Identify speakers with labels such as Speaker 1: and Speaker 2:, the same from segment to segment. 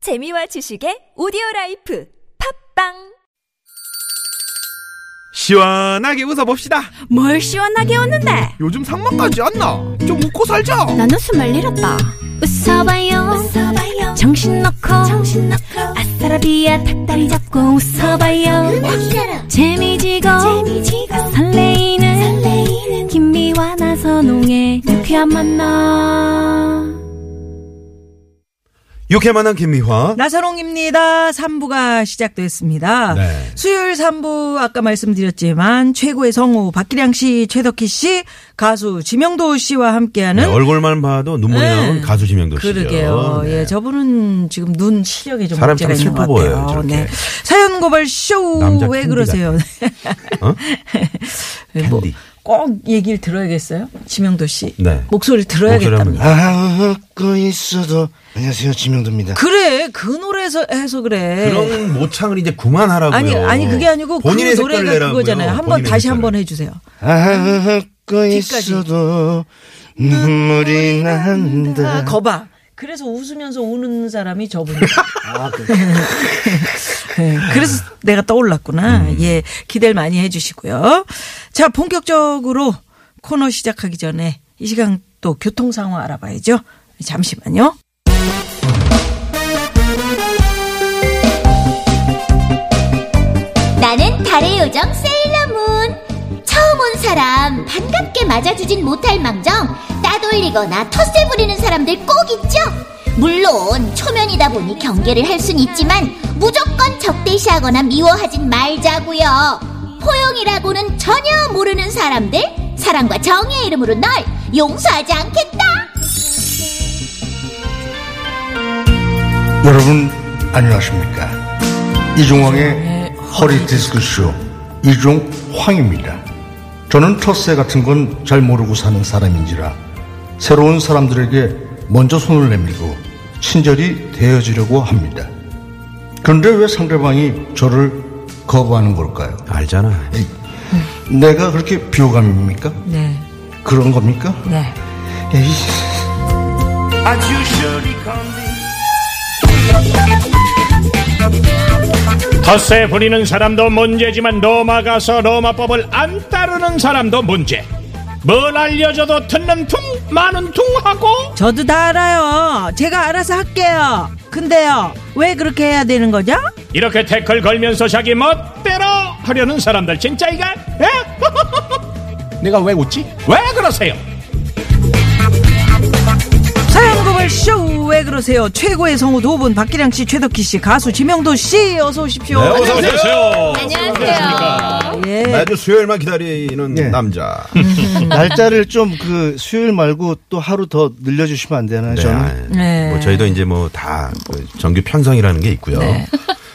Speaker 1: 재미와 지식의 오디오 라이프 팝빵
Speaker 2: 시원하게 웃어봅시다.
Speaker 3: 뭘 시원하게 웃는데
Speaker 2: 요즘 상만까지 안 나. 좀 웃고 살자.
Speaker 3: 난 웃음을 잃었다 웃어봐요, 정신 놓고 아싸라비아 닭다리 잡고 웃어봐요 재미지고, 설레이는, 김미와 나선홍의 유쾌한 만남
Speaker 2: 유쾌만한 김미화.
Speaker 4: 나선홍입니다. 3부가 시작됐습니다.
Speaker 2: 네.
Speaker 4: 수요일 3부 아까 말씀드렸지만 최고의 성우 박기량 씨, 최덕희 씨, 가수 지명도 씨와
Speaker 2: 네,
Speaker 4: 함께하는
Speaker 2: 얼굴만 봐도 눈물이
Speaker 4: 네.
Speaker 2: 나온 가수 지명도 씨죠.
Speaker 4: 그러게요.
Speaker 2: 네.
Speaker 4: 예, 저분은 지금 눈 시력에 좀
Speaker 2: 사람
Speaker 4: 문제가
Speaker 2: 참
Speaker 4: 있는 것
Speaker 2: 슬퍼 보여요,
Speaker 4: 같아요. 네.
Speaker 2: 저렇게.
Speaker 4: 사연 고발 쇼
Speaker 2: 남자
Speaker 4: 왜
Speaker 2: 캔디
Speaker 4: 그러세요?
Speaker 2: 어?
Speaker 4: 뭐
Speaker 2: 캔디.
Speaker 4: 꼭 얘기를 들어야겠어요? 지명도 씨.
Speaker 2: 네.
Speaker 4: 목소리를 들어야겠답니다.
Speaker 5: 아, 웃고 있어도. 안녕하세요, 지명도입니다.
Speaker 4: 그래. 그 노래에서 해서 그래.
Speaker 2: 그런 모창을 이제 그만하라고요.
Speaker 4: 네. 아니 아니 그게 아니고 그
Speaker 2: 본인의
Speaker 4: 노래가
Speaker 2: 색깔 내라고요.
Speaker 4: 그거잖아요. 한번
Speaker 2: 본인의
Speaker 4: 다시
Speaker 2: 색깔을.
Speaker 4: 한번 해주세요.
Speaker 5: 아, 웃고
Speaker 4: 뒤까지.
Speaker 5: 있어도 눈물이 난다.
Speaker 4: 아, 거봐. 그래서 웃으면서 우는 사람이 저분이야. 아, 네, 그래서 내가 떠올랐구나. 예, 기대를 많이 해주시고요. 자, 본격적으로 코너 시작하기 전에 이 시간 또 교통 상황 알아봐야죠. 잠시만요.
Speaker 6: 나는 달의 요정 세일러문 처음 온 사람 반갑게 맞아주진 못할 망정 따돌리거나 텃세 부리는 사람들 꼭 있죠 물론 초면이다 보니 경계를 할 순 있지만 무조건 적대시하거나 미워하진 말자고요 포용이라고는 전혀 모르는 사람들 사랑과 정의의 이름으로 널 용서하지 않겠다
Speaker 5: 여러분, 안녕하십니까. 이종황의 허리 디스크쇼, 이종황입니다. 저는 텃세 같은 건 잘 모르고 사는 사람인지라 새로운 사람들에게 먼저 손을 내밀고 친절히 대해주려고 합니다. 그런데 왜 상대방이 저를 거부하는 걸까요?
Speaker 2: 알잖아.
Speaker 5: 내가 그렇게 비호감입니까?
Speaker 4: 네.
Speaker 5: 그런 겁니까?
Speaker 4: 네.
Speaker 5: 에이.
Speaker 7: 텃세 부리는 사람도 문제지만 로마가서 로마법을 안 따르는 사람도 문제 뭘 알려줘도 듣는 퉁 마는 퉁 하고
Speaker 4: 저도 다 알아요. 제가 알아서 할게요. 근데요, 왜 그렇게 해야 되는 거죠?
Speaker 7: 이렇게 태클 걸면서 자기 멋대로 하려는 사람들 진짜 이가 에? 내가 왜 웃지? 왜 그러세요?
Speaker 4: 사연고발 쇼왜 그러세요? 최고의 성우 두 분 박기량 씨, 최덕희 씨, 가수 지명도 씨 어서 오십시오.
Speaker 2: 네, 어서 오세요.
Speaker 6: 안녕하세요
Speaker 4: 예.
Speaker 2: 네. 아주 수요일만 기다리는
Speaker 5: 네.
Speaker 2: 남자.
Speaker 4: 음.
Speaker 5: 날짜를 좀 그 수요일 말고 또 하루 더 늘려주시면 안 되나요?
Speaker 2: 네,
Speaker 5: 저는
Speaker 2: 아,
Speaker 4: 네.
Speaker 2: 뭐 저희도 이제 뭐다 그 정규 편성이라는 게 있고요.
Speaker 4: 네.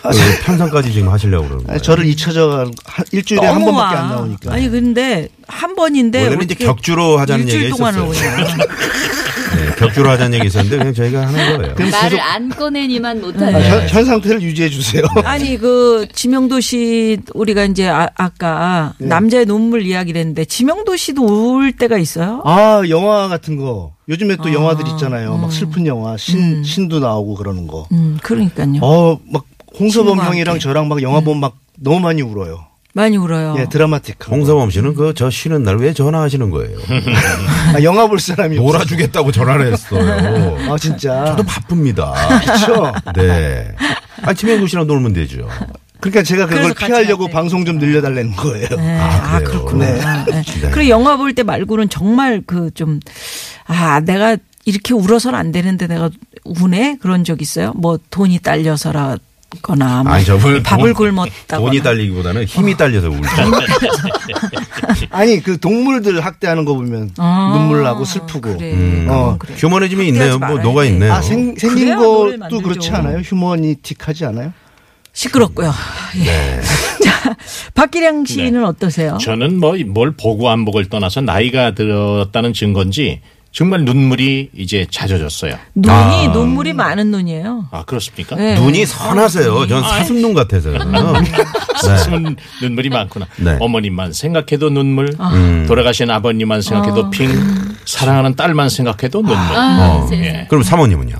Speaker 2: 그 편성까지 지금 하시려고 그러는 거예요.
Speaker 5: 아니, 저를 잊혀져 가 일주일에 한
Speaker 4: 너무
Speaker 5: 번밖에
Speaker 4: 와.
Speaker 5: 안 나오니까.
Speaker 4: 아니 근데 한 번인데
Speaker 2: 원래는 이제
Speaker 4: 어떻게
Speaker 2: 격주로 하자는
Speaker 4: 일주일
Speaker 2: 얘기가
Speaker 4: 동안
Speaker 2: 있었어요.
Speaker 4: 오냐.
Speaker 2: 네, 격주로 하자는 얘기 있었는데 그냥 저희가 하는 거예요.
Speaker 8: 말을 안 꺼내니만 못하는
Speaker 5: 아, 현, 현 상태를 유지해 주세요.
Speaker 4: 아니 그 지명도 씨 우리가 이제 아, 아까
Speaker 5: 네.
Speaker 4: 남자의 눈물 이야기를 했는데 지명도 씨도 울 때가 있어요?
Speaker 5: 아 영화 같은 거 요즘에 또 영화들 있잖아요. 막 슬픈 영화 신 신도 나오고 그러는 거.
Speaker 4: 음 그러니까요.
Speaker 5: 어막 홍서범
Speaker 4: 친구와
Speaker 5: 형이랑
Speaker 4: 함께.
Speaker 5: 저랑 막 영화 보면 막 너무 많이 울어요.
Speaker 4: 많이 울어요.
Speaker 5: 예 드라마틱한.
Speaker 2: 홍서범 씨는 그 저 쉬는 날 왜 전화하시는 거예요?
Speaker 5: 거. 아, 영화 볼 사람이 없어서.
Speaker 2: 놀아주겠다고 전화를 했어요.
Speaker 5: 아 진짜.
Speaker 2: 저도 바쁩니다.
Speaker 5: 그렇죠.
Speaker 2: 네. 아, 지명구 씨랑 놀면 되죠.
Speaker 5: 그러니까 제가
Speaker 4: 그래서
Speaker 5: 그걸
Speaker 4: 같이
Speaker 5: 피하려고
Speaker 4: 하세요.
Speaker 5: 방송 좀 늘려달라는 거예요.
Speaker 4: 네.
Speaker 2: 아,
Speaker 4: 아,
Speaker 2: 그래요?
Speaker 4: 그렇구나.
Speaker 2: 네.
Speaker 4: 네.
Speaker 2: 네.
Speaker 4: 그리고 영화 볼 때 말고는 정말 그 좀 아 내가 이렇게 울어서는 안 되는데 내가 우네 그런 적 있어요? 뭐 돈이 딸려서라거나 뭐
Speaker 2: 아니, 저분
Speaker 4: 밥을
Speaker 2: 돈-
Speaker 4: 굶었다거나
Speaker 2: 돈이 딸리기보다는 힘이 딸려서 울죠.
Speaker 5: 아니 그 동물들 학대하는 거 보면
Speaker 4: 아,
Speaker 5: 눈물 나고 슬프고.
Speaker 4: 그래.
Speaker 2: 음.
Speaker 5: 어.
Speaker 4: 그래.
Speaker 2: 휴머니즘이 있네요.
Speaker 4: 그렇게 하지
Speaker 2: 뭐
Speaker 4: 말아야
Speaker 2: 노가
Speaker 4: 돼.
Speaker 2: 있네요.
Speaker 5: 아 생, 생긴
Speaker 4: 그래야
Speaker 5: 것도
Speaker 4: 노래를 만들죠.
Speaker 5: 그렇지 않아요? 휴머니틱하지 않아요?
Speaker 4: 시끄럽고요. 예. 자, 박기량 씨는 어떠세요?
Speaker 7: 저는 뭐 뭘 보고 안 보고를 떠나서 나이가 들었다는 증거인지 정말 눈물이 이제 잦아졌어요
Speaker 4: 눈이 눈물이 많은 눈이에요.
Speaker 7: 아 그렇습니까?
Speaker 4: 네.
Speaker 2: 눈이 선하세요. 전 사슴눈 같아서요. 네.
Speaker 7: 사슴은 눈물이 많구나.
Speaker 2: 네. 음.
Speaker 7: 어머님만 생각해도 눈물, 돌아가신 아버님만 생각해도 핑, 사랑하는 딸만 생각해도 눈물.
Speaker 8: 아,
Speaker 2: 어.
Speaker 8: 세상에.
Speaker 7: 예.
Speaker 2: 그럼 사모님은요?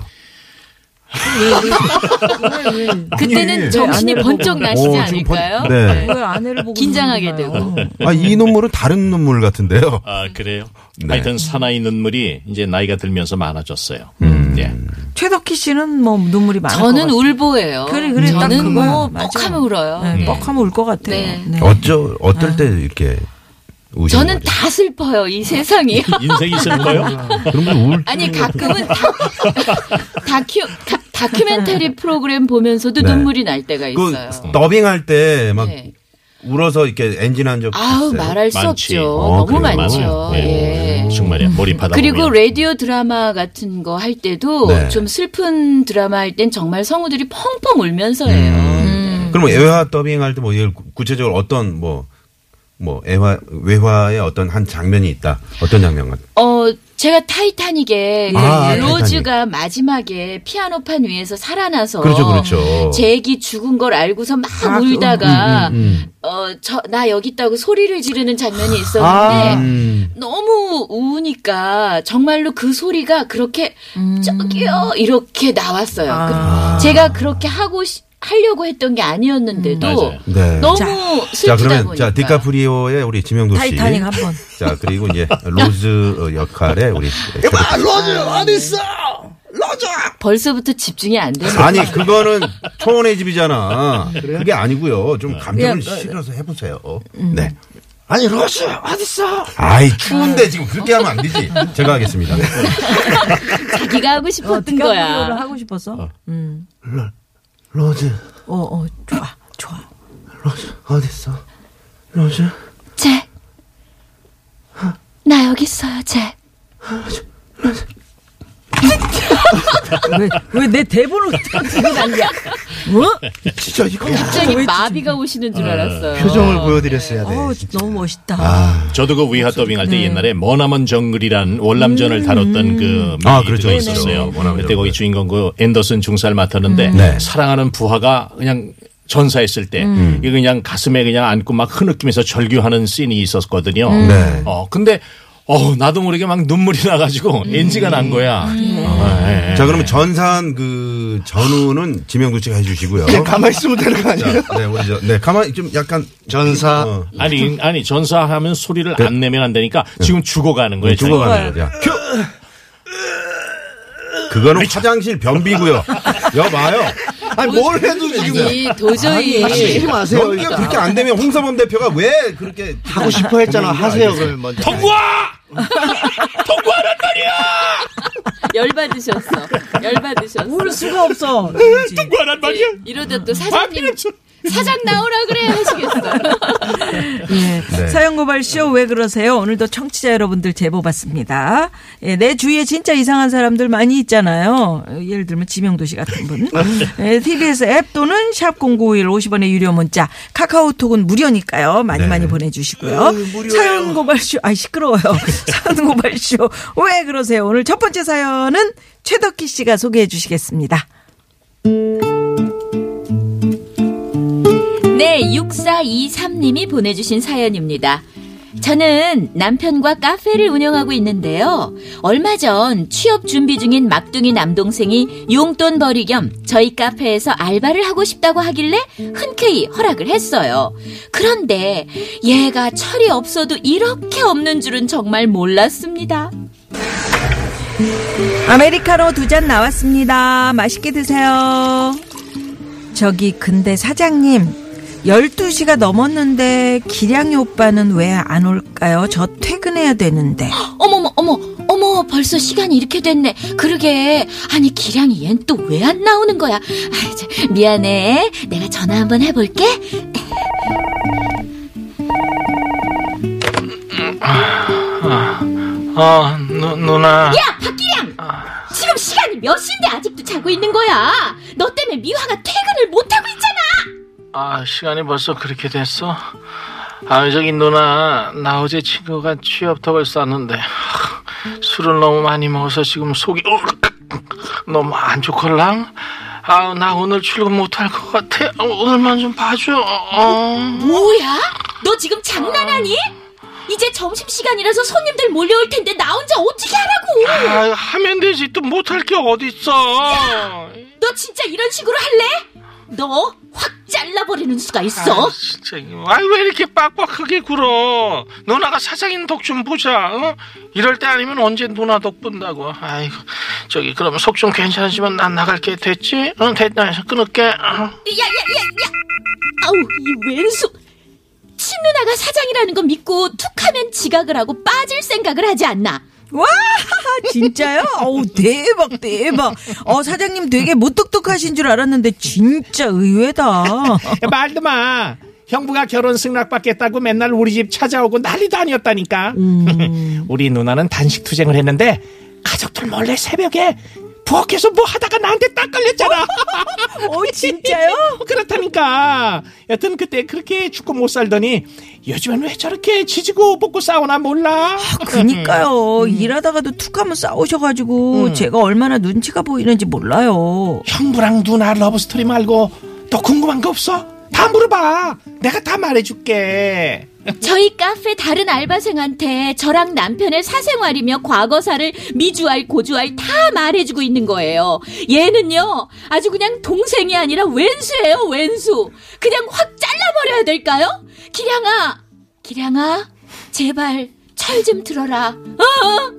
Speaker 8: 그때는
Speaker 2: 아니,
Speaker 8: 정신이
Speaker 4: 아내를
Speaker 8: 번쩍
Speaker 4: 보고.
Speaker 8: 나시지
Speaker 2: 어, 지금 번-
Speaker 8: 않을까요?
Speaker 2: 네.
Speaker 4: 왜 아내를 보고 어.
Speaker 8: 긴장하게
Speaker 4: 웃는가요?
Speaker 2: 아, 이 눈물은 다른 눈물 같은데요.
Speaker 7: 아 그래요?
Speaker 2: 네.
Speaker 7: 하여튼 사나이 눈물이 이제 나이가 들면서 많아졌어요.
Speaker 2: 음.
Speaker 7: 예.
Speaker 4: 최덕희 씨는 뭐 눈물이 많아.
Speaker 8: 저는 울보예요.
Speaker 4: 그래, 그래, 딱
Speaker 8: 저는
Speaker 4: 그거야.
Speaker 8: 뭐
Speaker 4: 맞아.
Speaker 8: 뻑하면 울어요.
Speaker 4: 네, 뻑하면 울 것 같아요.
Speaker 8: 네.
Speaker 4: 네.
Speaker 2: 어쩌, 어떨 때 이렇게 우시는
Speaker 8: 저는
Speaker 2: 거죠?
Speaker 8: 다 슬퍼요. 이 세상이.
Speaker 7: 인생이 슬퍼요?
Speaker 2: 그러면 울
Speaker 8: 아니 가끔은 다- 다큐 다- 다큐멘터리 프로그램 보면서도
Speaker 2: 네.
Speaker 8: 눈물이 날 때가
Speaker 2: 그
Speaker 8: 있어요.
Speaker 2: 더빙할 때 막
Speaker 8: 네.
Speaker 2: 울어서 이렇게 엔진한 적 있어요?
Speaker 8: 아우 말할 수
Speaker 7: 많지.
Speaker 8: 없죠.
Speaker 2: 어,
Speaker 8: 너무
Speaker 2: 그래요?
Speaker 8: 많죠.
Speaker 2: 많아요.
Speaker 8: 예.
Speaker 7: 정말이야. 몰입하다
Speaker 8: 그리고
Speaker 7: 보면.
Speaker 8: 라디오 드라마 같은 거 할 때도
Speaker 2: 네.
Speaker 8: 좀 슬픈 드라마 할 땐 정말 성우들이 펑펑 울면서
Speaker 2: 네.
Speaker 8: 해요.
Speaker 2: 음.
Speaker 8: 네.
Speaker 2: 그럼 외화 더빙할 때 뭐 구체적으로 어떤 뭐 뭐 애화 외화의 어떤 한 장면이 있다. 어떤 장면 같은?
Speaker 8: 어, 제가 타이타닉에
Speaker 2: 아,
Speaker 8: 그 로즈가
Speaker 2: 타이타닉.
Speaker 8: 마지막에 피아노판 위에서 살아나서
Speaker 2: 그렇죠, 그렇죠.
Speaker 8: 잭이 죽은 걸 알고서 막
Speaker 4: 아, 그,
Speaker 8: 울다가
Speaker 2: 음, 음,
Speaker 8: 어, 저, 나 여기 있다고 소리를 지르는 장면이
Speaker 4: 네.
Speaker 8: 있었는데
Speaker 5: 아.
Speaker 2: 음.
Speaker 8: 너무 우니까 정말로 그 소리가 그렇게 저기요 이렇게 나왔어요.
Speaker 4: 아.
Speaker 8: 그- 제가 그렇게 하고 시- 하려고 했던 게 아니었는데도
Speaker 7: 맞아요.
Speaker 2: 네.
Speaker 8: 너무
Speaker 4: 자.
Speaker 2: 자
Speaker 8: 슬프다
Speaker 2: 그러면
Speaker 8: 보니까.
Speaker 2: 자 디카프리오의 우리 지명도 씨.
Speaker 4: 타이타닉 한 번.
Speaker 2: 자 그리고 이제 로즈 어, 역할의 우리.
Speaker 5: 아, 로즈 어디 있어? 로즈.
Speaker 8: 벌써부터 집중이 안 되는
Speaker 2: 아니 그거는 초원의 집이잖아. 그게 아니고요. 네. 좀 감정을
Speaker 4: 그냥-
Speaker 2: 실어서 해보세요.
Speaker 8: 음.
Speaker 2: 네.
Speaker 5: 아니 로즈 어디 있어?
Speaker 2: 아이 추운데 지금 그렇게 하면 안 되지. 제가 하겠습니다.
Speaker 8: 자기가 하고 싶었던
Speaker 4: 디카프리오를
Speaker 8: 거야.
Speaker 4: 어, 하고 싶었어?
Speaker 5: 로즈
Speaker 4: 어, 어, 좋아, 좋아.
Speaker 5: 로즈 어디 있어? 로즈
Speaker 6: 잭. 나 여기 있어요, 잭.
Speaker 4: 왜 내 대본을 터뜨리고 난리야? 어?
Speaker 5: 진짜 이거
Speaker 8: 갑자기 마비가 오시는 줄 알았어요.
Speaker 5: 표정을 보여드렸어야 돼. 아.
Speaker 4: 어우, 너무 멋있다.
Speaker 7: 저도 그 위화 더빙할
Speaker 8: 음.
Speaker 7: 때 옛날에 머나먼 정글이란 월남전을 다뤘던 그
Speaker 2: 아,
Speaker 7: 아,
Speaker 2: 그렇죠,
Speaker 7: 그렇죠.
Speaker 2: 그렇죠.
Speaker 7: 있었어요.
Speaker 2: 머나먼
Speaker 7: 그때
Speaker 2: 정글.
Speaker 7: 거기 주인공 그 앤더슨 중사를 맡았는데
Speaker 2: 네.
Speaker 7: 사랑하는 부하가 그냥 전사했을 때
Speaker 8: 음.
Speaker 7: 이거 그냥 가슴에 그냥 안고 막 흐느끼면서 절규하는 씬이 있었거든요.
Speaker 8: 음.
Speaker 2: 네.
Speaker 7: 어 근데 어 나도 모르게 막 눈물이 나가지고
Speaker 8: 음.
Speaker 7: 엔지가 난 거야.
Speaker 2: 네.
Speaker 7: 아, 예, 예.
Speaker 2: 자 그러면 전산 그 전우는 지명도 씨가 해주시고요.
Speaker 5: 그냥 가만히 있으면 되는 거 아니에요?
Speaker 2: 자, 네, 우리 저, 네, 가만히 좀 약간
Speaker 5: 전사.
Speaker 2: 어,
Speaker 7: 아니 아니 전사하면 소리를
Speaker 2: 네.
Speaker 7: 안 내면 안 되니까 지금 죽어가는 거예요.
Speaker 2: 죽어가는 거죠. 그거는 화장실 변비고요. 여봐요.
Speaker 5: 아니 뭘 해도 지금
Speaker 8: 아니 도저히
Speaker 5: 하지 마세요.
Speaker 2: 연기가 그렇게 안 되면 홍서범 대표가 왜 그렇게
Speaker 5: 하고 싶어 했잖아. 하세요 그러면 먼저.
Speaker 7: 통과! 통과란 말이야!
Speaker 8: 열받으셨어. 열받으셨어.
Speaker 4: 울 수가 없어.
Speaker 7: 통과란 말이야!
Speaker 8: 이러다 또 사장님 사장 나오라 그래 하시겠어요.
Speaker 4: 예.
Speaker 2: 네.
Speaker 4: 사연고발쇼 왜 그러세요? 오늘도 청취자 여러분들 제보 받습니다. 예, 내 주위에 진짜 이상한 사람들 많이 있잖아요. 어, 예를 들면 지명도 씨 같은 분.
Speaker 2: 네.
Speaker 4: 예, TBS 앱 또는 샵0951 50원의 유료 문자 카카오톡은 무료니까요. 많이
Speaker 2: 네.
Speaker 4: 많이 보내주시고요. 사연고발쇼 아 시끄러워요. 사연고발쇼 왜 그러세요? 오늘 첫 번째 사연은 최덕희 씨가 소개해 주시겠습니다.
Speaker 8: 네, 6423님이 보내주신 사연입니다. 저는 남편과 카페를 운영하고 있는데요. 얼마 전 취업 준비 중인 막둥이 남동생이 용돈 벌이 겸 저희 카페에서 알바를 하고 싶다고 하길래 흔쾌히 허락을 했어요. 그런데 얘가 철이 없어도 이렇게 없는 줄은 정말 몰랐습니다.
Speaker 4: 아메리카노 두 잔 나왔습니다. 맛있게 드세요. 저기 근데 사장님 12시가 넘었는데 기량이 오빠는 왜 안 올까요? 저 퇴근해야 되는데.
Speaker 8: 어머머, 어머, 어머, 벌써 시간이 이렇게 됐네. 그러게. 아니, 기량이 얜 또 왜 안 나오는 거야? 아, 참, 미안해. 내가 전화 한번 해볼게.
Speaker 9: 아, 누, 누나.
Speaker 8: 야, 박기량! 지금 시간이 몇 시인데 아직도 자고 있는 거야? 너 때문에 미화가 퇴근을 못하고 있잖아!
Speaker 9: 아, 시간이 벌써 그렇게 됐어? 아, 저기 누나. 나 어제 친구가 취업턱을 쌌는데 하, 술을 너무 많이 먹어서 지금 속이 으르륵 너무 안 좋걸랑? 아, 나 오늘 출근 못할 것 같아. 어, 오늘만 좀 봐줘. 어.
Speaker 8: 뭐야? 너 지금 장난하니? 이제 점심시간이라서 손님들 몰려올 텐데 나 혼자 어떻게 하라고!
Speaker 9: 아, 하면 되지. 또 못할 게 어딨어.
Speaker 8: 너 진짜 이런 식으로 할래? 너 확 잘라버리는 수가 있어.
Speaker 9: 아, 진짜 아왜 이렇게 빡빡하게 굴어? 누나가 사장인 독 좀 보자. 어? 이럴 때 아니면 언제 누나 독 본다고? 아이고 저기 그럼 속 좀 괜찮으시면 난 나갈게 됐지? 응 됐다 끊을게. 어.
Speaker 8: 야야야야! 아우 이 왼수 친누나가 사장이라는 거 믿고 툭하면 지각을 하고 빠질 생각을 하지 않나?
Speaker 4: 와 진짜요? 어우 대박 대박. 어 사장님 되게 무뚝뚝하신 줄 알았는데 진짜 의외다. 어,
Speaker 7: 야, 말도 마. 형부가 결혼 승낙 받겠다고 맨날 우리 집 찾아오고 난리도 아니었다니까.
Speaker 4: 음.
Speaker 7: 우리 누나는 단식 투쟁을 했는데 가족들 몰래 새벽에 부엌에서 뭐 하다가 나한테 딱 걸렸잖아.
Speaker 4: 어 진짜요?
Speaker 7: 그렇다니까. 여튼 그때 그렇게 죽고 못 살더니 요즘엔 왜 저렇게 지지고 볶고 싸우나 몰라.
Speaker 4: 그니까요. 일하다가도 툭하면 싸우셔가지고 제가 얼마나 눈치가 보이는지 몰라요.
Speaker 7: 형부랑 누나 러브스토리 말고 또 궁금한 거 없어? 다 물어봐. 내가 다 말해줄게.
Speaker 8: 저희 카페 다른 알바생한테 저랑 남편의 사생활이며 과거사를 미주알 고주알 다 말해주고 있는 거예요. 얘는요 아주 그냥 동생이 아니라 왼수예요 왼수. 그냥 확 잘라버려야 될까요? 기량아, 기량아, 제발 철 좀 들어라. 어, 어.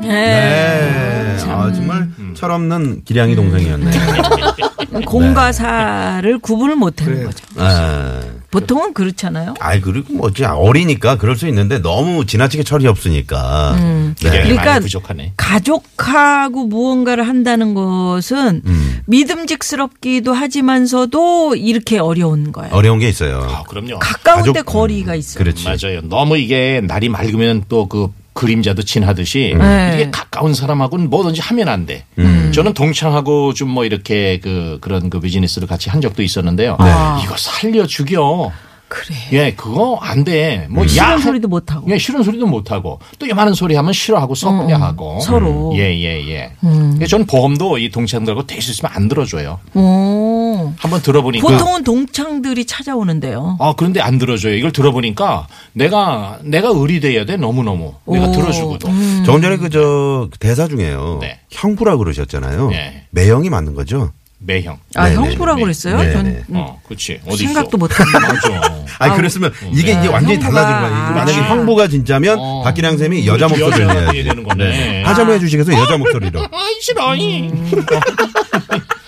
Speaker 2: 네. 아, 정말 철없는 기량이 동생이었네.
Speaker 4: 네. 공과 사를 구분을 못하는 거죠.
Speaker 2: 아,
Speaker 4: 보통은 그렇잖아요.
Speaker 2: 아이, 그리고 뭐, 어째 어리니까 그럴 수 있는데 너무 지나치게 철이 없으니까. 네.
Speaker 7: 기량이
Speaker 4: 그러니까-
Speaker 7: 많이 부족하네.
Speaker 4: 가족하고 무언가를 한다는 것은
Speaker 2: 음.
Speaker 4: 믿음직스럽기도 하지만서도 이렇게 어려운 거예요.
Speaker 2: 어려운 게 있어요.
Speaker 7: 아, 그럼요.
Speaker 4: 가까운데
Speaker 2: 가족- 음,
Speaker 4: 거리가 있어요.
Speaker 2: 그렇지.
Speaker 7: 맞아요. 너무 이게 날이 맑으면 또 그 그림자도 진하듯이
Speaker 4: 네. 음.
Speaker 7: 이게 가까운 사람하고는 뭐든지 하면 안 돼. 저는 동창하고 좀 뭐 이렇게 그 그런 그 비즈니스를 같이 한 적도 있었는데요.
Speaker 4: 네.
Speaker 7: 이거 살려 죽여.
Speaker 4: 그래.
Speaker 7: 예, 그거 안 돼. 뭐 야,
Speaker 2: 아.
Speaker 4: 이런 음. 소리도 못하고. 음,
Speaker 7: 예, 싫은 소리도 못 하고 또 요만한 소리 하면 싫어하고 썩냐 하고
Speaker 4: 서로. 음.
Speaker 7: 예, 예, 예. 그래서 저는 보험도 이 동창들하고 대수 있으면 안 들어줘요.
Speaker 4: 오.
Speaker 7: 한번 들어보니까
Speaker 2: 그러니까
Speaker 4: 보통은 동창들이 찾아오는데요.
Speaker 7: 아 그런데 안 들어줘요. 이걸 들어보니까 내가 내가 의리돼야 돼 너무 너무 내가
Speaker 4: 오,
Speaker 7: 들어주고도
Speaker 2: 조금 전에 그 저 대사 중에요.
Speaker 7: 네.
Speaker 2: 형부라 그러셨잖아요.
Speaker 7: 네.
Speaker 2: 매형이 맞는 거죠?
Speaker 7: 매형.
Speaker 4: 아,
Speaker 2: 네네.
Speaker 4: 형부라고 그랬어요?
Speaker 2: 네네.
Speaker 4: 전 음,
Speaker 8: 음.
Speaker 7: 어, 그렇지. 어디
Speaker 4: 생각도
Speaker 7: 있어?
Speaker 4: 못합니다.
Speaker 7: 맞아.
Speaker 2: 아니 그랬으면 이게 이제 완전히
Speaker 4: 형부가.
Speaker 2: 달라진 거예요. 만약에
Speaker 4: 아.
Speaker 2: 형부가 진짜면
Speaker 7: 어.
Speaker 2: 박기량 쌤이 여자
Speaker 7: 그렇지,
Speaker 2: 목소리를
Speaker 7: 여자가
Speaker 2: 해야지.
Speaker 7: 되는 거네.
Speaker 2: 네. 하자로 해주시겠어요? 여자 목소리로.
Speaker 7: 아이 싫어. 이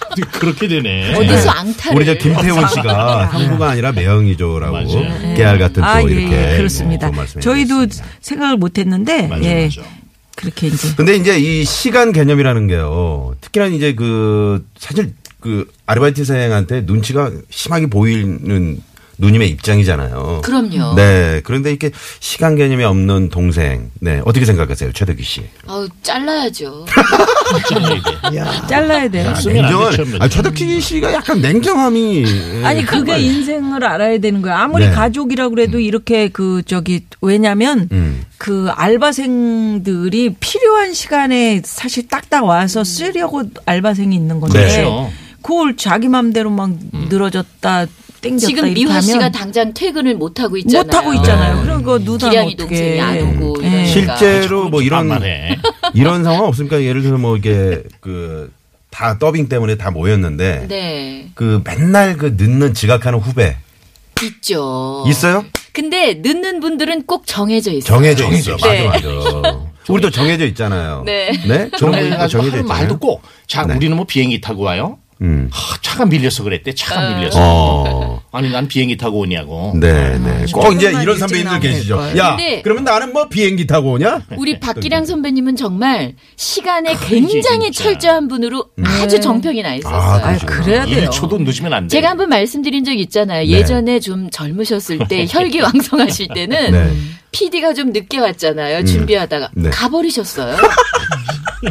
Speaker 7: 그렇게 되네.
Speaker 8: 어디서 앙탈을?
Speaker 2: 우리 저 김태훈 씨가 형부가 아니라 매형이죠라고
Speaker 7: 맞아요.
Speaker 2: 깨알 같은 또
Speaker 4: 아, 예,
Speaker 2: 이렇게
Speaker 4: 예, 그렇습니다.
Speaker 2: 뭐 말씀해
Speaker 4: 저희도
Speaker 2: 주셨습니다.
Speaker 4: 생각을 못 했는데,
Speaker 7: 맞아,
Speaker 4: 예.
Speaker 7: 맞아.
Speaker 4: 그렇게 이제.
Speaker 2: 근데 이제 이 시간 개념이라는 게요. 특히나 이제 그 사실 그 아르바이트생한테 눈치가 심하게 보이는 누님의 입장이잖아요.
Speaker 8: 그럼요.
Speaker 2: 네. 그런데 이렇게 시간 개념이 없는 동생. 네. 어떻게 생각하세요? 최덕기 씨.
Speaker 8: 아우 잘라야죠.
Speaker 4: 잘라야 돼요.
Speaker 7: 쓰면 안 되죠,
Speaker 2: 아, 최덕기 씨가 약간 냉정함이.
Speaker 4: 아니 그게 인생을 알아야 되는 거야. 아무리
Speaker 2: 네.
Speaker 4: 가족이라 그래도 이렇게 그 저기 왜냐면
Speaker 2: 음.
Speaker 4: 그 알바생들이 필요한 시간에 사실 딱딱
Speaker 8: 음.
Speaker 4: 와서 쓰려고 알바생이 있는 건데
Speaker 2: 네.
Speaker 7: 그렇죠.
Speaker 4: 그걸 자기 맘대로 막
Speaker 2: 음.
Speaker 4: 늘어졌다 땡겼다
Speaker 8: 지금
Speaker 4: 이렇게
Speaker 8: 미화 씨가
Speaker 4: 하면
Speaker 8: 당장 퇴근을 못 하고 있잖아요.
Speaker 4: 못 하고 있잖아요. 그럼 그 누나
Speaker 8: 기량이
Speaker 4: 어떻게?
Speaker 8: 동생이 안 오고
Speaker 4: 예.
Speaker 8: 이러니까.
Speaker 2: 네. 실제로 뭐 이런
Speaker 7: 말해.
Speaker 2: 이런 상황 없습니까? 예를 들어 뭐 이게 그 다 더빙 때문에 다 모였는데
Speaker 8: 네
Speaker 2: 그 맨날 그 늦는 지각하는 후배
Speaker 8: 있죠.
Speaker 2: 있어요?
Speaker 8: 근데 늦는 분들은 꼭 정해져 있어요.
Speaker 2: 정해져 있어.
Speaker 8: 네.
Speaker 2: 맞아 맞아. 우리도 정해져 있잖아요.
Speaker 8: 네.
Speaker 2: 그런 거 있고 정해져
Speaker 7: 하는
Speaker 2: 있잖아요. 네.
Speaker 7: 말도 꼭. 자, 우리는 뭐 비행기 타고 와요.
Speaker 2: 음.
Speaker 7: 하, 차가 밀려서 그랬대. 차가 밀려서.
Speaker 2: 어.
Speaker 7: 아니 난 비행기 타고 오냐고.
Speaker 2: 네, 네. 꼭 이제 이런 선배님들
Speaker 4: 일찍
Speaker 2: 계시죠.
Speaker 4: 나오면
Speaker 2: 야,
Speaker 8: 근데-
Speaker 2: 그러면 나는 뭐 비행기 타고 오냐?
Speaker 8: 우리 박기량 선배님은 정말 시간에 굉장히
Speaker 7: 진짜.
Speaker 8: 철저한 분으로 아주
Speaker 4: 네.
Speaker 8: 정평이 나 있었어요.
Speaker 4: 아 그래야 돼요.
Speaker 7: 1초도 늦으면 안 돼.
Speaker 8: 제가 한번 말씀드린 적
Speaker 2: 네.
Speaker 8: 있잖아요. 예전에 좀 젊으셨을 때 혈기왕성하실 때는
Speaker 2: 네.
Speaker 8: PD가 좀 늦게 왔잖아요. 준비하다가
Speaker 2: 네.
Speaker 8: 가버리셨어요.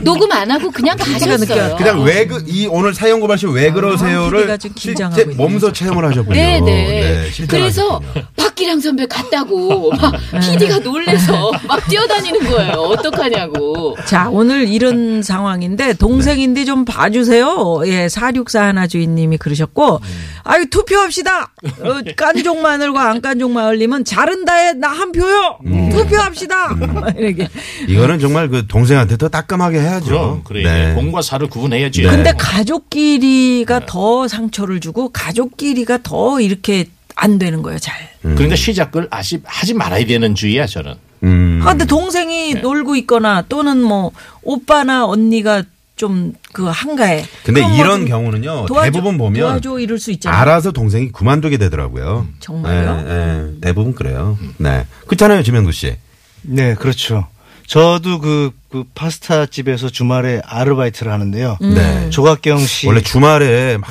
Speaker 8: 녹음 안 하고 그냥 가셨어요.
Speaker 2: 그냥 왜 그 이 오늘 사연 고발
Speaker 8: 아,
Speaker 2: 씨 왜 그러세요를
Speaker 4: PD가 지금 긴장하고
Speaker 2: 실제
Speaker 4: 있네요.
Speaker 2: 몸소 체험을 하셨군요.
Speaker 8: 네네.
Speaker 2: 실제로
Speaker 8: 그래서
Speaker 2: 하셨군요.
Speaker 8: 박 박기량 선배 같다고 막 PD가 놀래서 막 뛰어다니는 거예요. 어떡하냐고.
Speaker 4: 자, 오늘 이런 상황인데 동생인데 좀 봐주세요. 예, 464 하나 주인님이 그러셨고, 아유 투표합시다. 어, 깐종 마늘과 안 깐종 마을님은 자른다에 나 한 표요. 투표합시다. 이렇게.
Speaker 2: 이거는 정말 그 동생한테 더 따끔하게 해야죠.
Speaker 7: 그럼 그래 공과 사를 구분해야지.
Speaker 2: 음. 네.
Speaker 4: 근데 가족끼리가 더 상처를 주고 가족끼리가 더 이렇게 안 되는 거예요, 잘.
Speaker 7: 그러니까 시작을 아시, 하지 말아야 되는 주의야 저는.
Speaker 2: 음.
Speaker 4: 아, 근데 동생이 놀고 있거나 또는 뭐 오빠나 언니가 좀 그 한가해.
Speaker 2: 근데
Speaker 4: 그럼 뭐
Speaker 2: 이런
Speaker 4: 좀
Speaker 2: 경우는요.
Speaker 4: 도와줘-
Speaker 2: 대부분 보면
Speaker 4: 도와줘 이럴 수 있잖아요.
Speaker 2: 알아서 동생이 그만두게 되더라고요.
Speaker 7: 음.
Speaker 4: 정말요?
Speaker 2: 예, 예. 대부분 그래요. 네. 그렇잖아요, 지명도 씨.
Speaker 5: 네, 그렇죠. 저도 그, 그 파스타 집에서 주말에 아르바이트를 하는데요.
Speaker 4: 음.
Speaker 2: 네.
Speaker 5: 조각경 씨.
Speaker 2: 원래 주말에 막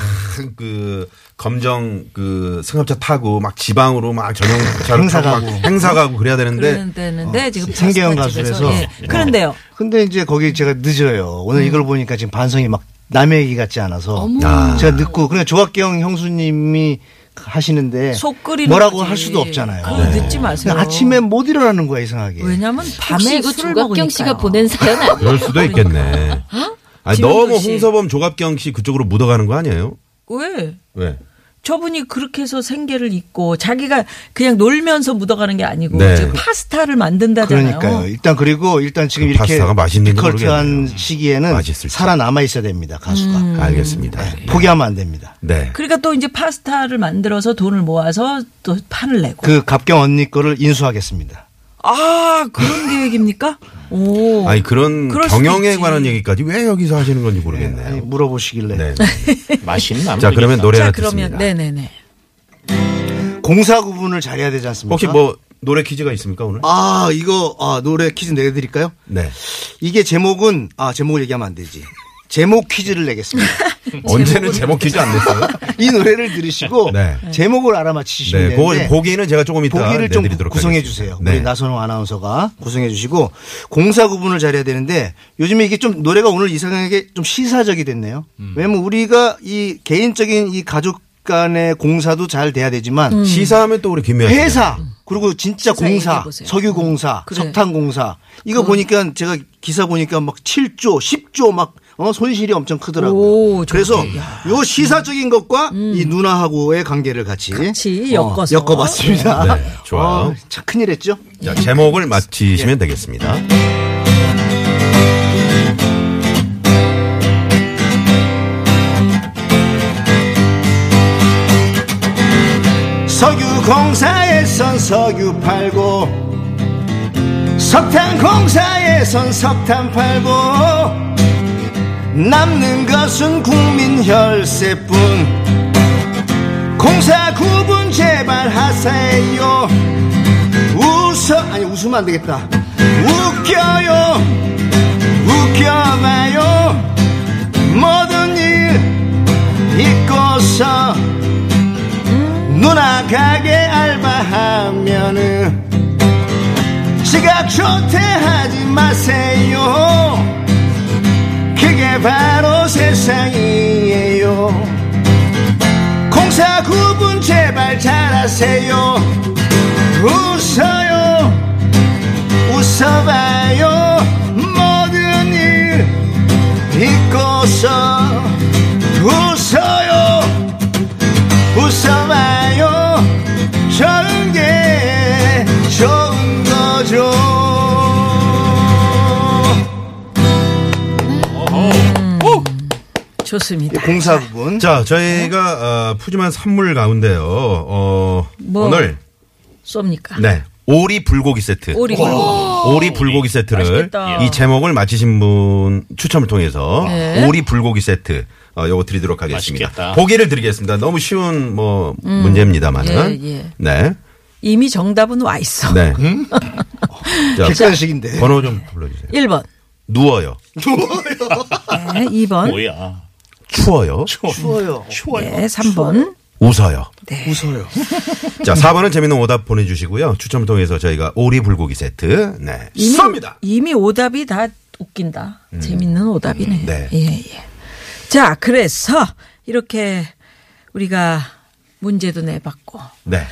Speaker 2: 그 검정 그 승합차 타고 막 지방으로 막 전용 차를
Speaker 5: 행사
Speaker 2: 타고 막
Speaker 5: 가고.
Speaker 2: 행사 가고 그래야 되는데
Speaker 4: 그런데 지금
Speaker 5: 생계형
Speaker 4: 파스타집에서,
Speaker 5: 어, 가수라서. 어.
Speaker 4: 예. 그런데요.
Speaker 5: 근데 이제 거기 제가 늦어요. 오늘
Speaker 4: 음.
Speaker 5: 이걸 보니까 지금 반성이 막 남의 얘기 같지 않아서.
Speaker 2: 아.
Speaker 5: 제가 늦고, 그냥 조각경 형수님이 하시는데.
Speaker 4: 속 끓이는
Speaker 5: 네. 뭐라고
Speaker 4: 거지.
Speaker 5: 할 수도 없잖아요. 네.
Speaker 4: 그걸 듣지 마세요.
Speaker 5: 근데 아침에 뭐 예. 못 일어나는 거야, 이상하게.
Speaker 4: 왜냐면
Speaker 8: 혹시
Speaker 4: 밤에
Speaker 8: 이거
Speaker 4: 술을
Speaker 8: 조각경
Speaker 4: 먹으니까.
Speaker 8: 씨가 보낸 사연 아니에요?
Speaker 2: 그럴 수도 있겠네. 아니,
Speaker 4: 어? 지명도
Speaker 2: 너무
Speaker 4: 씨.
Speaker 2: 홍서범 조갑경 씨 그쪽으로 묻어가는 거 아니에요?
Speaker 4: 왜?
Speaker 2: 왜?
Speaker 4: 저분이 그렇게 해서 생계를 잇고 자기가 그냥 놀면서 묻어가는 게 아니고
Speaker 2: 네.
Speaker 4: 지금 파스타를 만든다잖아요.
Speaker 5: 그러니까요. 일단 그리고 일단 지금
Speaker 2: 그
Speaker 5: 이렇게
Speaker 2: 파스타가 맛있는지
Speaker 5: 디컬트한
Speaker 2: 모르겠네요.
Speaker 5: 시기에는
Speaker 2: 맛있을지.
Speaker 5: 살아남아 있어야 됩니다. 가수가.
Speaker 4: 음.
Speaker 2: 알겠습니다.
Speaker 5: 네, 포기하면 안 됩니다.
Speaker 2: 네.
Speaker 4: 그러니까 또 이제 파스타를 만들어서 돈을 모아서 또 판을 내고.
Speaker 5: 그 갑경 언니 거를 인수하겠습니다.
Speaker 4: 아 그런 계획입니까? 오.
Speaker 5: 어.
Speaker 2: 아니 그런
Speaker 4: 그럴 수도
Speaker 2: 경영에
Speaker 4: 있지.
Speaker 2: 관한 얘기까지 왜 여기서 하시는 건지
Speaker 5: 아니, 뭐,
Speaker 2: 모르겠네요.
Speaker 5: 물어보시길래
Speaker 2: 네.
Speaker 7: 맛있는
Speaker 2: 자 그러면 노래
Speaker 4: 자
Speaker 2: 하나
Speaker 4: 그러면
Speaker 2: 듣습니다.
Speaker 4: 네네네.
Speaker 5: 공사 구분을 잘해야 되지 않습니까?
Speaker 2: 혹시 뭐 노래 퀴즈가 있습니까 오늘?
Speaker 5: 아 이거 아, 노래 퀴즈 내드릴까요?
Speaker 2: 네.
Speaker 5: 이게 제목은 아 제목을 얘기하면 안 되지. 제목 퀴즈를 내겠습니다.
Speaker 2: 언제는 제목 퀴즈 안 냈어요?
Speaker 5: 이 노래를 들으시고
Speaker 2: 네.
Speaker 5: 제목을 알아맞히시면
Speaker 2: 네. 그거
Speaker 5: 되는데
Speaker 2: 보기는 제가 조금 이따
Speaker 5: 보기를 좀
Speaker 2: 내드리도록
Speaker 5: 구성해
Speaker 2: 하겠습니다.
Speaker 5: 주세요.
Speaker 2: 네.
Speaker 5: 우리 나선홍 아나운서가 구성해 주시고 공사 구분을 잘해야 되는데 요즘에 이게 좀 노래가 오늘 이상하게 좀 시사적이 됐네요.
Speaker 2: 음.
Speaker 5: 왜냐면 우리가 이 개인적인 이 가족 간의 공사도 잘 돼야 되지만
Speaker 2: 음. 시사하면 또 우리 김미아 씨가.
Speaker 5: 회사 그리고 진짜
Speaker 4: 회사
Speaker 5: 공사
Speaker 4: 얘기해보세요. 음.
Speaker 5: 석유 공사
Speaker 4: 그래.
Speaker 5: 석탄 공사 이거 보니까 제가 기사 보니까 막 7조 10조 막 어, 손실이 엄청 크더라고요.
Speaker 4: 오, 좋네.
Speaker 5: 그래서
Speaker 4: 야. 음.
Speaker 5: 요 시사적인 것과 이 누나하고의 관계를 같이,
Speaker 4: 같이
Speaker 5: 어,
Speaker 4: 엮어서.
Speaker 5: 엮어봤습니다.
Speaker 2: 네, 좋아요.
Speaker 5: 어, 참 큰일했죠.
Speaker 2: 자, 제목을 맞히시면
Speaker 5: 예.
Speaker 2: 되겠습니다.
Speaker 5: 석유 공사에선 석유 팔고 석탄 공사에선 석탄 팔고 남는 것은 국민 혈세뿐 공사 구분 제발 하세요 웃어 아니 웃으면 안 되겠다 웃겨요 웃겨봐요 모든 일 잊고서 누나 가게 알바하면은 지각 초퇴하지 마세요 그게 바로 세상이에요 공사 구분 제발 잘하세요 웃어요 웃어봐요 모든 일 잊고서 웃어요 웃어봐요 좋은 게 좋은 거죠
Speaker 4: 좋습니다.
Speaker 5: 공사 부분
Speaker 2: 자, 저희가 어, 푸짐한 선물 가운데요. 어,
Speaker 4: 뭐?
Speaker 2: 오늘
Speaker 4: 쏩니까?
Speaker 2: 네. 오리 불고기 세트.
Speaker 4: 어, 오리 불고기.
Speaker 2: 오리 불고기 세트를
Speaker 4: 맛있겠다.
Speaker 2: 이 제목을 맞히신 분 추첨을 통해서
Speaker 4: 네.
Speaker 2: 오리 불고기 세트 어, 요거 드리도록 하겠습니다.
Speaker 7: 맛있겠다.
Speaker 2: 보기를 드리겠습니다. 너무 쉬운 뭐 문제입니다만은.
Speaker 4: 음. 예, 예.
Speaker 2: 네.
Speaker 4: 이미 정답은 와 있어.
Speaker 2: 네. 자, 예.
Speaker 5: 객관식인데
Speaker 2: 번호 좀 불러 주세요.
Speaker 4: 1번.
Speaker 2: 누워요.
Speaker 4: 네, 2번.
Speaker 7: 뭐야?
Speaker 2: 추워요.
Speaker 5: 추워요
Speaker 4: 네, 3번.
Speaker 2: 웃어요.
Speaker 4: 네.
Speaker 5: 웃어요
Speaker 2: 자, 4번은 재밌는 오답 보내주시고요. 추첨을 통해서 저희가 오리 불고기 세트, 네. 쏩니다!
Speaker 4: 이미 오답이 다 웃긴다. 재밌는 오답이네.
Speaker 2: 음. 네.
Speaker 4: 예, 예. 자, 그래서 이렇게 우리가 문제도 내봤고
Speaker 2: 네.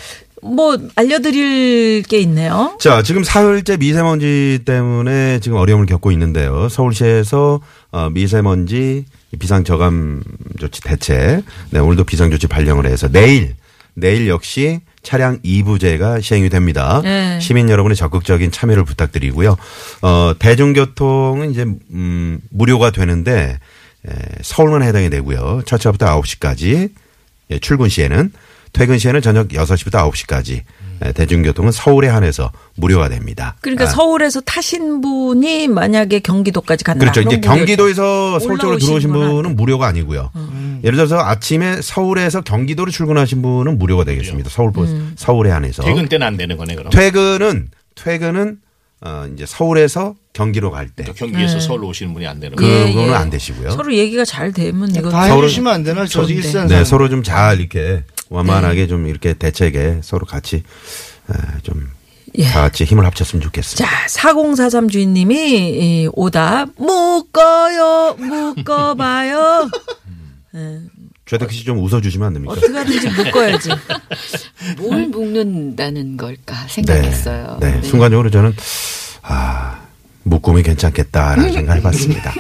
Speaker 4: 뭐 알려드릴 게 있네요.
Speaker 2: 자, 지금 사흘째 미세먼지 때문에 지금 어려움을 겪고 있는데요. 서울시에서 어, 미세먼지 비상저감 조치 대책. 네, 오늘도 비상조치 발령을 해서 내일, 내일 역시 차량 2부제가 시행이 됩니다.
Speaker 4: 네.
Speaker 2: 시민 여러분의 적극적인 참여를 부탁드리고요. 어, 대중교통은 이제, 음, 무료가 되는데, 에, 서울만 해당이 되고요. 첫 차부터 9시까지, 예, 출근 시에는, 퇴근 시에는 저녁 6시부터 9시까지, 에, 대중교통은 서울에 한해서 무료가 됩니다.
Speaker 4: 그러니까
Speaker 2: 아,
Speaker 4: 서울에서 타신 분이 만약에 경기도까지 간다.
Speaker 2: 그렇죠.
Speaker 4: 그럼
Speaker 2: 이제
Speaker 4: 무료.
Speaker 2: 경기도에서 서울 쪽으로 들어오신
Speaker 4: 올라오시는 건
Speaker 2: 분은 무료가 아니고요. 예를 들어서 아침에 서울에서 경기도로 출근하신 분은 무료가 되겠습니다. 서울 버스,
Speaker 4: 음.
Speaker 2: 서울에 한해서.
Speaker 7: 퇴근 때는 안 되는 거네 그럼.
Speaker 2: 퇴근은 퇴근은 어 이제 서울에서 경기로 갈 때
Speaker 7: 경기에서
Speaker 4: 네.
Speaker 7: 서울 로 오시는 분이 안 되는 거.
Speaker 2: 그거는
Speaker 4: 예, 예.
Speaker 2: 안 되시고요.
Speaker 4: 서로 얘기가 잘 되면 이거
Speaker 5: 다 해주시면 안 되나? 저
Speaker 4: 좋은데.
Speaker 5: 일산
Speaker 2: 네, 서로 좀 잘 이렇게 완만하게 좀 이렇게 대책에 서로 같이 좀
Speaker 4: 예.
Speaker 2: 다 같이 힘을 합쳤으면 좋겠습니다.
Speaker 4: 자, 4043 주인님이 이 오답 묶어요, 묶어봐요.
Speaker 2: 최덕희 씨좀 웃어주시면 안 됩니까?
Speaker 4: 어떻게든지 묶어야지.
Speaker 8: 뭘 묶는다는 걸까 생각했어요.
Speaker 2: 네,
Speaker 8: 네.
Speaker 2: 순간적으로 저는 아 묶음이 괜찮겠다라는 생각을 해봤습니다.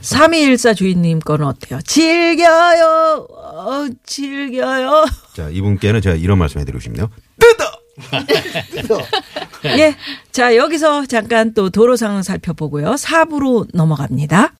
Speaker 4: 3214 주인님 거는 어때요? 즐겨요, 어, 즐겨요.
Speaker 2: 자, 이분께는 제가 이런 말씀해드리고 싶네요.
Speaker 8: 네.
Speaker 4: 예. 자, 여기서 잠깐 또 도로 상황 살펴보고요. 4부로 넘어갑니다.